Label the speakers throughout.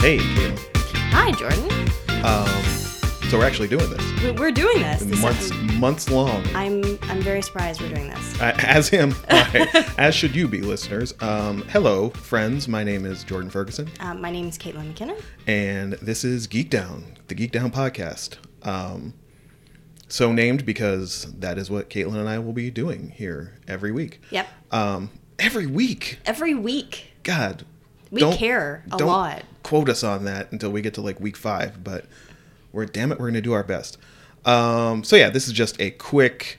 Speaker 1: Hey, Taylor.
Speaker 2: Hi, Jordan.
Speaker 1: Um, so we're actually doing this.
Speaker 2: We- We're doing this. This is-
Speaker 1: months, months long.
Speaker 2: I'm I'm very surprised we're doing this.
Speaker 1: I- As him, I- as should you be, listeners. Um, hello, friends. My name is Jordan Ferguson,
Speaker 2: Um, my name is Caitlin McKinnon.
Speaker 1: and this is Geek Down, the Geek Down podcast. Um, so named because that is what Caitlin and I will be doing here every week.
Speaker 2: Yep.
Speaker 1: Um, every week.
Speaker 2: Every week
Speaker 1: God.
Speaker 2: we
Speaker 1: don't-
Speaker 2: care a
Speaker 1: don't
Speaker 2: lot.
Speaker 1: Quote us on that until we get to like week five, but we're damn it, we're gonna do our best. Um, so yeah, this is just a quick,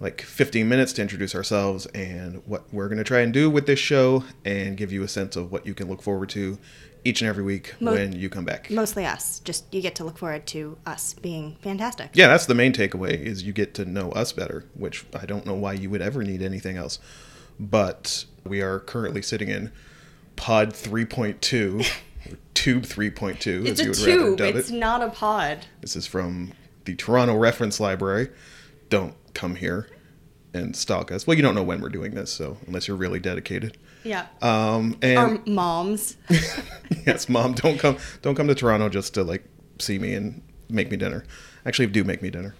Speaker 1: like 15 minutes to introduce ourselves and what we're gonna try and do with this show, and give you a sense of what you can look forward to each and every week
Speaker 2: Mo-
Speaker 1: when you come back.
Speaker 2: Mostly us. Just you get to look forward to us being fantastic.
Speaker 1: yeah, that's the main takeaway is you get to know us better, which I don't know why you would ever need anything else. But we are currently sitting in pod 3.2, or tube 3.2, as
Speaker 2: It's
Speaker 1: you
Speaker 2: a
Speaker 1: would
Speaker 2: tube.
Speaker 1: rather dub
Speaker 2: It's
Speaker 1: it.
Speaker 2: not a pod.
Speaker 1: This is from the Toronto Reference Library. Don't come here and stalk us. Well, you don't know when we're doing this, so unless you're really dedicated.
Speaker 2: Yeah.
Speaker 1: Um, and
Speaker 2: Our moms.
Speaker 1: yes, mom, don't come, don't come to Toronto just to like see me and make me dinner. Actually, do make me dinner.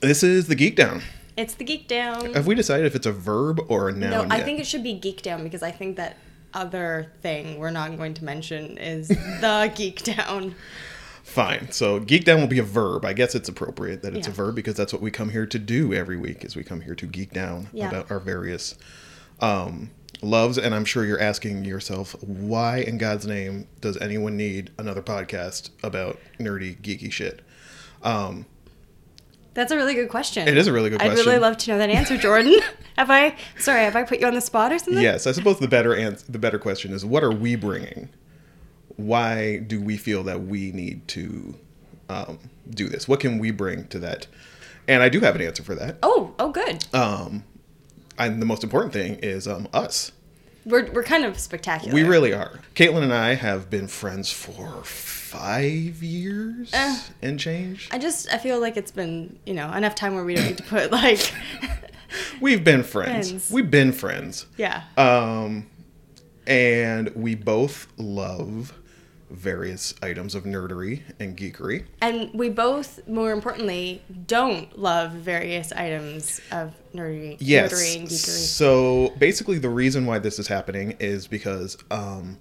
Speaker 1: This is the Geek Down.
Speaker 2: It's the geek down.
Speaker 1: Have we decided if it's a verb or a
Speaker 2: No,
Speaker 1: noun?
Speaker 2: I
Speaker 1: yet?
Speaker 2: think it should be geek down because I think that other thing we're not going to mention is the geek down.
Speaker 1: Fine. So geek down will be a verb. I guess it's appropriate that it's a
Speaker 2: Yeah.
Speaker 1: verb because that's what we come here to do every week. Is we come here to geek down
Speaker 2: Yeah.
Speaker 1: about our various um, loves. And I'm sure you're asking yourself, why in God's name does anyone need another podcast about nerdy geeky shit?
Speaker 2: That's a really good question.
Speaker 1: It is a really good
Speaker 2: I'd really
Speaker 1: question.
Speaker 2: love to know that answer, Jordan. have I? Sorry, have I put you on the spot or something?
Speaker 1: Yes, I suppose the better ans- the better question is, what are we bringing? Why do we feel that we need to um, do this? What can we bring to that? And I do have an answer for that.
Speaker 2: Oh, oh, good.
Speaker 1: Uh, and the most important thing is um, us.
Speaker 2: we're we're kind of spectacular.
Speaker 1: We really are. Caitlin and I have been friends for five years
Speaker 2: Eh.
Speaker 1: and change.
Speaker 2: I just I feel like it's been you know enough time where we don't need to put like,
Speaker 1: We've been friends.
Speaker 2: Friends.
Speaker 1: We've been friends.
Speaker 2: yeah.
Speaker 1: And we both love various items of nerdery and geekery.
Speaker 2: and we both, more importantly, don't love various items of nerdery,
Speaker 1: Yes.
Speaker 2: nerdery and geekery.
Speaker 1: So basically, the reason why this is happening is because um,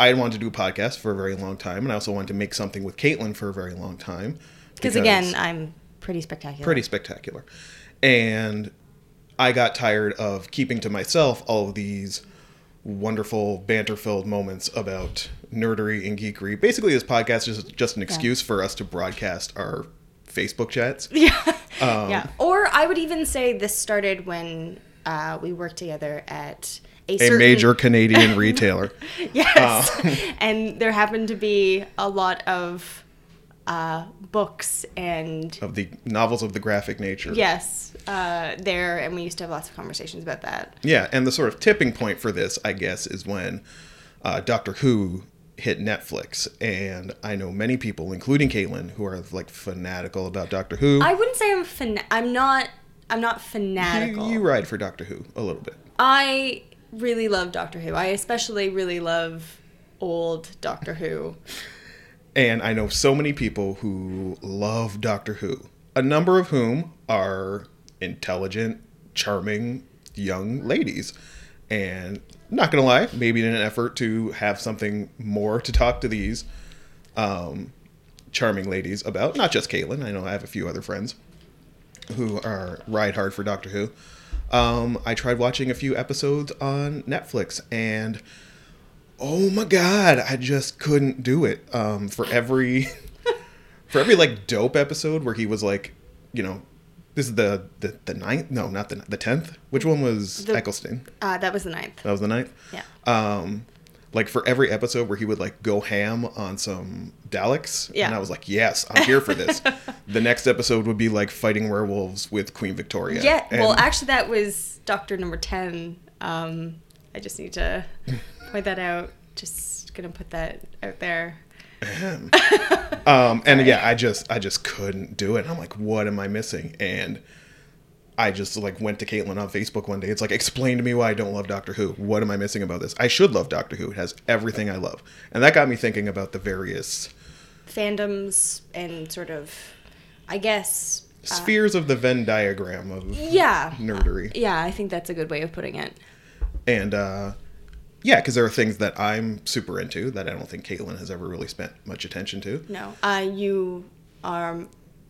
Speaker 1: I had wanted to do a podcast for a very long time, and I also wanted to make something with Caitlin for a very long time.
Speaker 2: Because again, I'm pretty spectacular.
Speaker 1: pretty spectacular. And I got tired of keeping to myself all of these wonderful banter filled moments about nerdery and geekery. Basically, this podcast is just an excuse for us to broadcast our Facebook chats.
Speaker 2: Yeah.
Speaker 1: Um,
Speaker 2: yeah. Or I would even say this started when uh, we worked together at a,
Speaker 1: A
Speaker 2: certain-
Speaker 1: major Canadian retailer.
Speaker 2: Yes.
Speaker 1: Oh.
Speaker 2: and there happened to be a lot of uh, books and
Speaker 1: Of the novels of the graphic nature.
Speaker 2: yes uh, there, and we used to have lots of conversations about that.
Speaker 1: Yeah, and the sort of tipping point for this, I guess, is when uh, Doctor Who hit Netflix, and I know many people, including Caitlin, who are like fanatical about Doctor Who.
Speaker 2: I wouldn't say I'm fan. I'm not. I'm not
Speaker 1: you,
Speaker 2: fanatical.
Speaker 1: you ride for Doctor Who a little bit.
Speaker 2: I really love Doctor Who. I especially really love old Doctor Who.
Speaker 1: And I know so many people who love Doctor Who, a number of whom are intelligent, charming young ladies. And not going to lie, maybe in an effort to have something more to talk to these um, charming ladies about, not just Caitlin, I know I have a few other friends who are ride hard for Doctor Who. Um, I tried watching a few episodes on Netflix and oh my god i just couldn't do it um for every for every like dope episode where he was like you know this is the the, the ninth no not the the tenth which one was
Speaker 2: The-
Speaker 1: eccleston
Speaker 2: Uh, that was the ninth.
Speaker 1: that was the ninth
Speaker 2: Yeah.
Speaker 1: um like for every episode where he would like go ham on some Daleks,
Speaker 2: Yeah.
Speaker 1: and I was like, "Yes, I'm here for this." the next episode would be like fighting werewolves with Queen Victoria.
Speaker 2: Yeah. well,
Speaker 1: and-
Speaker 2: actually, that was Doctor Number Ten. Um, I just need to point that out. Just gonna put that out there.
Speaker 1: Um, and yeah, I just I just couldn't do it. I'm like, what am I missing? And I just like went to Caitlin on Facebook one day. It's like, explain to me why I don't love Doctor Who. What am I missing about this? I should love Doctor Who. It has everything I love. And that got me thinking about the various
Speaker 2: fandoms and sort of, I guess,
Speaker 1: spheres of the Venn diagram of
Speaker 2: Uh. yeah,
Speaker 1: nerdery.
Speaker 2: yeah. I think that's a good way of putting it.
Speaker 1: And uh, yeah, because there are things that I'm super into that I don't think Caitlin has ever really spent much attention to.
Speaker 2: No, uh, you are,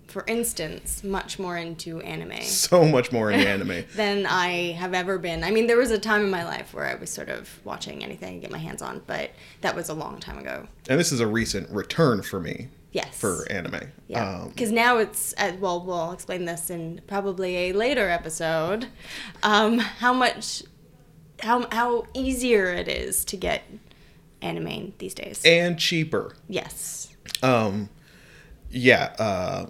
Speaker 2: for instance, much more into anime
Speaker 1: So much more in anime.
Speaker 2: than I have ever been. I mean, there was a time in my life where I was sort of watching anything I could get my hands on, but that was a long time ago.
Speaker 1: And this is a recent return for me
Speaker 2: Yes.
Speaker 1: for anime.
Speaker 2: Yeah,
Speaker 1: Um,
Speaker 2: because now it's at, well, we'll explain this in probably a later episode. Um, how much, how how easier it is to get anime these days.
Speaker 1: and cheaper.
Speaker 2: yes.
Speaker 1: um yeah uh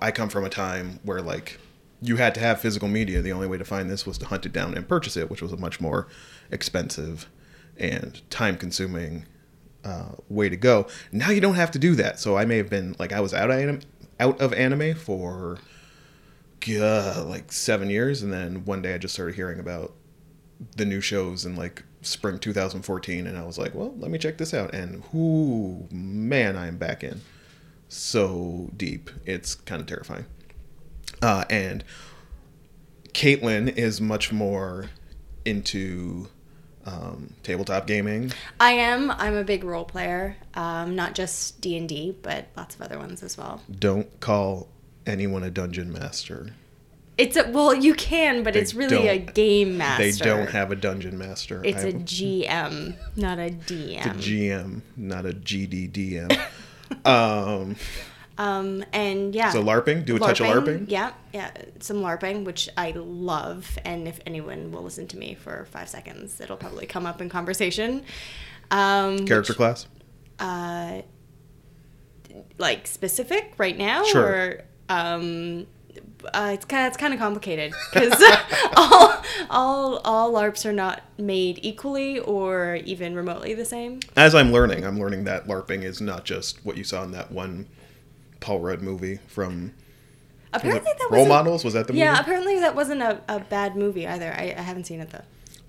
Speaker 1: i come from a time where like you had to have physical media the only way to find this was to hunt it down and purchase it which was a much more expensive and time consuming uh, way to go now you don't have to do that so i may have been like i was out of anim- out of anime for uh, like seven years and then one day i just started hearing about the new shows in like spring 2014 and i was like well let me check this out and whoo man i'm back in so deep it's kind of terrifying uh, and caitlin is much more into um, tabletop gaming
Speaker 2: I am. I'm a big role player, um, not just D and D, but lots of other ones as well.
Speaker 1: don't call anyone a dungeon master
Speaker 2: It's a well, you can, but it's really a
Speaker 1: don't-
Speaker 2: game master.
Speaker 1: they don't have a dungeon master
Speaker 2: It's a
Speaker 1: I'm
Speaker 2: GM, not a DM.
Speaker 1: gm not a gddm
Speaker 2: um, and yeah.
Speaker 1: so larping do a touch of larping
Speaker 2: Yeah, yeah, some LARPing, which I love. And if anyone will listen to me for five seconds, it'll probably come up in conversation. Um,
Speaker 1: character class
Speaker 2: uh, like specific right now,
Speaker 1: Sure.
Speaker 2: or um, uh, it's kind of, it's kind of complicated because all all all LARPs are not made equally or even remotely the same.
Speaker 1: as I'm learning, I'm learning that LARPing is not just what you saw in that one Paul Rudd movie from was it
Speaker 2: Apparently that
Speaker 1: Role
Speaker 2: wasn't-
Speaker 1: Models. Was that the
Speaker 2: Yeah,
Speaker 1: movie?
Speaker 2: apparently that wasn't a, a bad movie either. I, I haven't seen it though.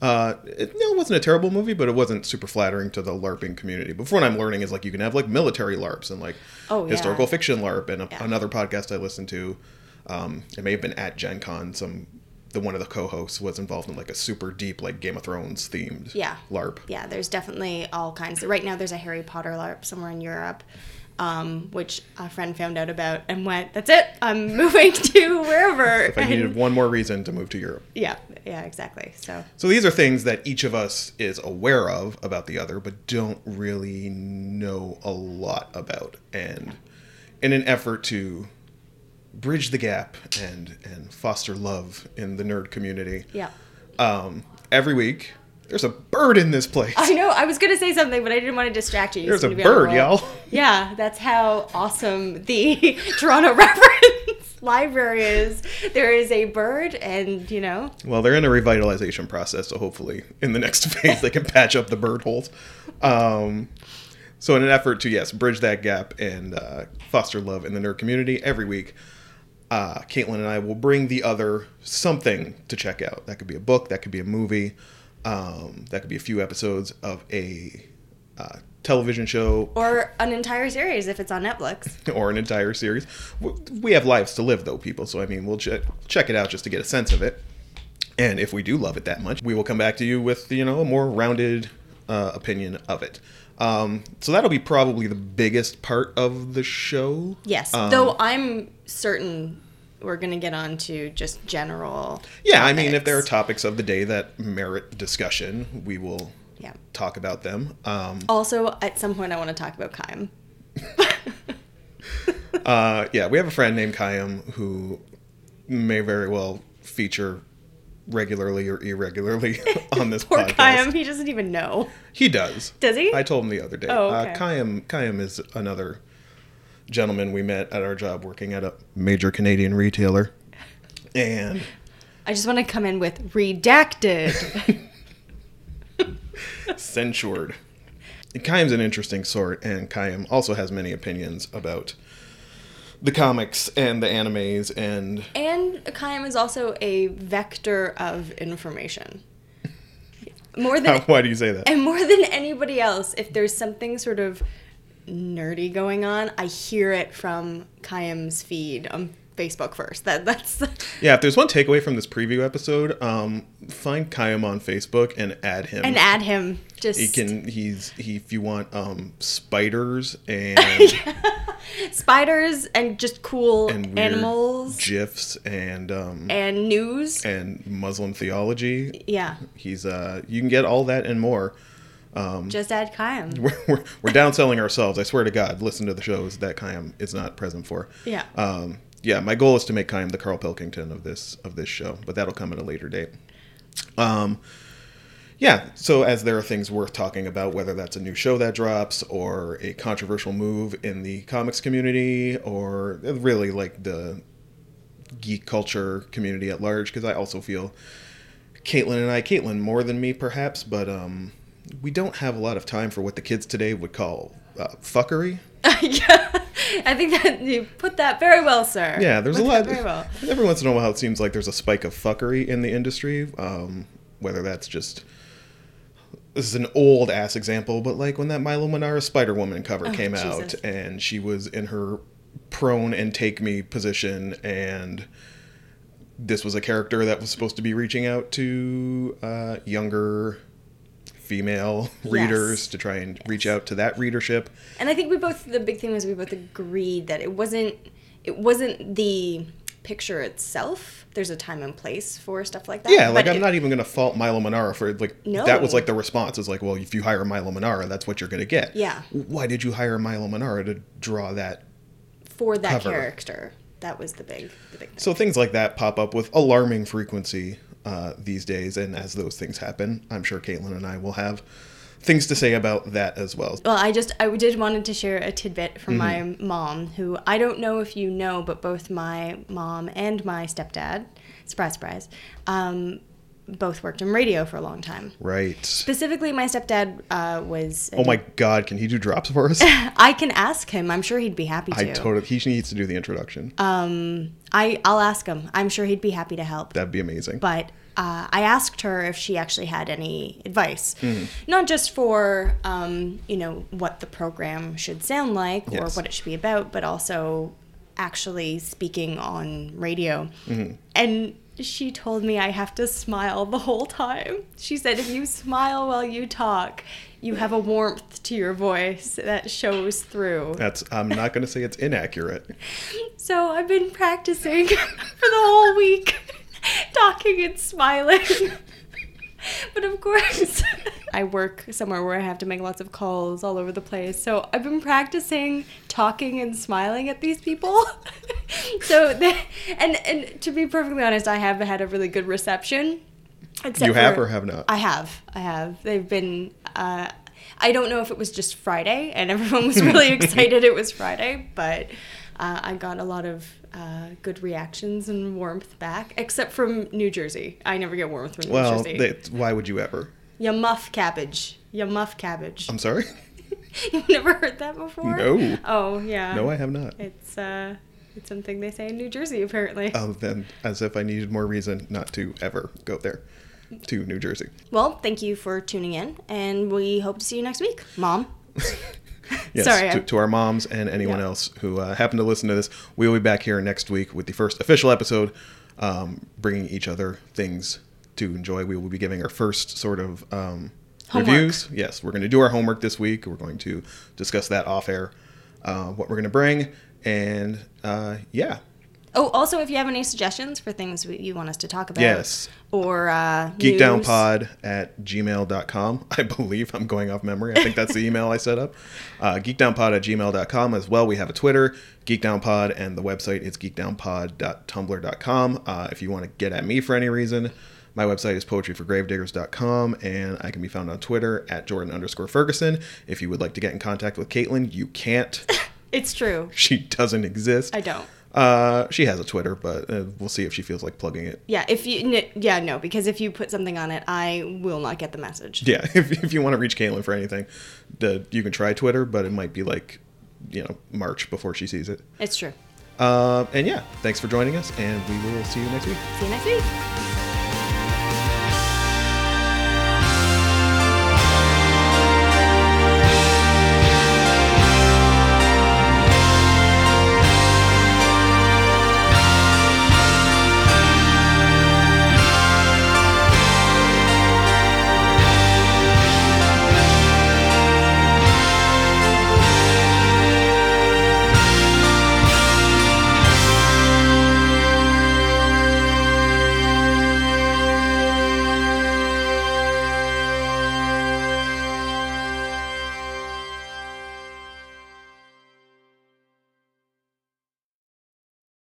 Speaker 1: Uh, it, no, it wasn't a terrible movie, but it wasn't super flattering to the LARPing community. But from what I'm learning is like you can have like military LARPs and like
Speaker 2: Oh, yeah.
Speaker 1: historical fiction LARP. And a,
Speaker 2: Yeah.
Speaker 1: another podcast I listened to, um, it may have been at Gen Con, some the one of the co-hosts was involved in like a super deep like Game of Thrones themed
Speaker 2: Yeah.
Speaker 1: LARP.
Speaker 2: Yeah, there's definitely all kinds. Right now, there's a Harry Potter LARP somewhere in Europe, um, which a friend found out about and went, "That's it, I'm moving to wherever."
Speaker 1: If I
Speaker 2: And-
Speaker 1: needed one more reason to move to Europe.
Speaker 2: yeah, yeah, exactly. So
Speaker 1: So these are things that each of us is aware of about the other, but don't really know a lot about. And in an effort to bridge the gap and and foster love in the nerd community,
Speaker 2: yeah,
Speaker 1: um, every week there's a bird in this place.
Speaker 2: I know. I was gonna say something, but I didn't want to distract you. you
Speaker 1: There's
Speaker 2: seem
Speaker 1: a
Speaker 2: to be on
Speaker 1: bird,
Speaker 2: roll.
Speaker 1: y'all.
Speaker 2: Yeah, that's how awesome the Toronto Reference Library is. There is a bird, and you know,
Speaker 1: Well, they're in a revitalization process, so hopefully in the next phase they can patch up the bird holes. Um, so, in an effort to, yes, bridge that gap and uh, foster love in the nerd community every week, uh, Caitlin and I will bring the other something to check out. That could be a book, that could be a movie, um, that could be a few episodes of a uh, television show
Speaker 2: or an entire series if it's on Netflix.
Speaker 1: or an entire series. W- We have lives to live, though, people. So I mean, we'll che- check it out just to get a sense of it. And if we do love it that much, we will come back to you with you know a more rounded uh, opinion of it. Um, so that'll be probably the biggest part of the show.
Speaker 2: Yes.
Speaker 1: Um,
Speaker 2: Though I'm certain we're going to get on to just general.
Speaker 1: Yeah, I mean, if there are topics
Speaker 2: topics.
Speaker 1: of the day that merit discussion, we will
Speaker 2: yeah.
Speaker 1: talk about them. Um,
Speaker 2: Also, at some point, I want to talk about Kime.
Speaker 1: Uh, yeah, we have a friend named Kayam who may very well feature regularly or irregularly on this
Speaker 2: Poor
Speaker 1: podcast.
Speaker 2: Kime. He doesn't even know.
Speaker 1: He does.
Speaker 2: Does he?
Speaker 1: I told him the other day.
Speaker 2: Oh, okay.
Speaker 1: uh, Kayam, Kayam is another gentleman we met at our job working at a major Canadian retailer. And
Speaker 2: I just want to come in with redacted.
Speaker 1: censured. Kayam's an interesting sort, and Kayam also has many opinions about the comics and the animes and
Speaker 2: And Akaim is also a vector of information. More than
Speaker 1: why do you say that?
Speaker 2: and more than anybody else, if there's something sort of nerdy going on, I hear it from Kaim's feed on Facebook first. That that's
Speaker 1: Yeah, if there's one takeaway from this preview episode, um, find Kayum on Facebook and add him.
Speaker 2: and add him just
Speaker 1: he can he's he if you want um spiders and
Speaker 2: spiders and just cool
Speaker 1: and weird
Speaker 2: animals
Speaker 1: gifs and um
Speaker 2: and news.
Speaker 1: and Muslim theology.
Speaker 2: yeah,
Speaker 1: He's uh you can get all that and more. um,
Speaker 2: just add Kaim.
Speaker 1: We're, we're, we're downselling ourselves. I swear to God, listen to the shows that Kayum is not present for.
Speaker 2: Yeah.
Speaker 1: Um, yeah, my goal is to make Kayum the Carl Pilkington of this of this show, but that'll come at a later date. Um, yeah, so as there are things worth talking about, whether that's a new show that drops or a controversial move in the comics community or really like the geek culture community at large, because I also feel Caitlin and I, Caitlin more than me perhaps, but um, we don't have a lot of time for what the kids today would call uh, fuckery.
Speaker 2: yeah, I think that you put that very well, sir.
Speaker 1: Yeah, there's a
Speaker 2: Put
Speaker 1: lot.
Speaker 2: that Very well.
Speaker 1: Every once in a while, it seems like there's a spike of fuckery in the industry. Um, whether that's just this is an old ass example, but like when that Milo Manara Spider Woman cover came out,
Speaker 2: Jesus.
Speaker 1: and she was in her prone and take me position, and this was a character that was supposed to be reaching out to uh, younger female readers to try and reach out to that readership.
Speaker 2: And I think we both the big thing was we both agreed that it wasn't it wasn't the picture itself. There's a time and place for stuff like that.
Speaker 1: Yeah, like
Speaker 2: but
Speaker 1: I'm
Speaker 2: it-
Speaker 1: not even gonna fault Milo Manara for like
Speaker 2: No.
Speaker 1: that was like the response is like, well, if you hire Milo Manara, that's what you're gonna get.
Speaker 2: Yeah.
Speaker 1: Why did you hire Milo Manara to draw that?
Speaker 2: for that
Speaker 1: cover.
Speaker 2: character. That was the big the big thing.
Speaker 1: So things like that pop up with alarming frequency uh, these days, and as those things happen, I'm sure Caitlin and I will have things to say about that as well.
Speaker 2: Well, I just I did wanted to share a tidbit from
Speaker 1: Mm-hmm.
Speaker 2: my mom, who I don't know if you know, but both my mom and my stepdad, surprise, surprise, um, both worked in radio for a long time.
Speaker 1: Right.
Speaker 2: Specifically, my stepdad uh, was.
Speaker 1: Oh my God, can he do drops for us?
Speaker 2: I can ask him. I'm sure he'd be happy to. Uh,
Speaker 1: I totally. He needs to do the introduction.
Speaker 2: I I'll ask him. I'm sure he'd be happy to help.
Speaker 1: That'd be amazing.
Speaker 2: But uh, I asked her if she actually had any advice, not just for um, you know what the program should sound like
Speaker 1: Yes.
Speaker 2: or what it should be about, but also actually speaking on radio. And she told me I have to smile the whole time. She said if you smile while you talk, you have a warmth to your voice that shows through.
Speaker 1: That's. I'm not gonna say it's inaccurate.
Speaker 2: So I've been practicing for the whole week, talking and smiling. but of course, I work somewhere where I have to make lots of calls all over the place. So I've been practicing talking and smiling at these people. so they, and and to be perfectly honest, I have had a really good reception. Except
Speaker 1: You have
Speaker 2: for-
Speaker 1: or have not?
Speaker 2: I have. I have. They've been. Uh, I don't know if it was just Friday and everyone was really excited it was Friday, but uh, I got a lot of uh, good reactions and warmth back, except from New Jersey. I never get warmth from New
Speaker 1: well,
Speaker 2: Jersey.
Speaker 1: they, why would you ever?
Speaker 2: ya muff cabbage. Ya muff cabbage.
Speaker 1: I'm sorry.
Speaker 2: You've never heard that before?
Speaker 1: Um, No.
Speaker 2: Oh, yeah.
Speaker 1: No, I have not.
Speaker 2: It's, uh, it's something they say in New Jersey, apparently.
Speaker 1: Oh, then as if I needed more reason not to ever go there to New Jersey.
Speaker 2: Well, thank you for tuning in, and we hope to see you next week, Mom.
Speaker 1: Yes,
Speaker 2: Sorry,
Speaker 1: to,
Speaker 2: I'm-
Speaker 1: to our moms and anyone
Speaker 2: Yeah.
Speaker 1: else who uh, happen to listen to this, we'll be back here next week with the first official episode, um, bringing each other things to enjoy. We will be giving our first sort of um,
Speaker 2: Homework.
Speaker 1: reviews. Yes, we're going to do our homework this week. We're going to discuss that off air, uh, what we're going to bring, and uh, yeah,
Speaker 2: Oh, also, if you have any suggestions for things we, you want us to talk about,
Speaker 1: Yes.
Speaker 2: or uh, news,
Speaker 1: geekdownpod at gmail.com i believe i'm going off memory i think that's the email i set up uh, geekdownpod at gmail.com as well we have a twitter geekdownpod and the website is geekdownpod.tumblr.com uh, if you want to get at me for any reason my website is poetryforgravediggers.com and i can be found on twitter at jordan underscore ferguson if you would like to get in contact with caitlin you can't
Speaker 2: it's true.
Speaker 1: she doesn't exist
Speaker 2: I don't.
Speaker 1: uh, she has a twitter but uh, we'll see if she feels like plugging it
Speaker 2: Yeah, if you, n- yeah, no, because if you put something on it, I will not get the message.
Speaker 1: yeah if, if you want to reach caitlin for anything the, you can try twitter but it might be like you know march before she sees it
Speaker 2: It's true.
Speaker 1: Uh, and yeah, thanks for joining us, and we will see you next week.
Speaker 2: See you next week.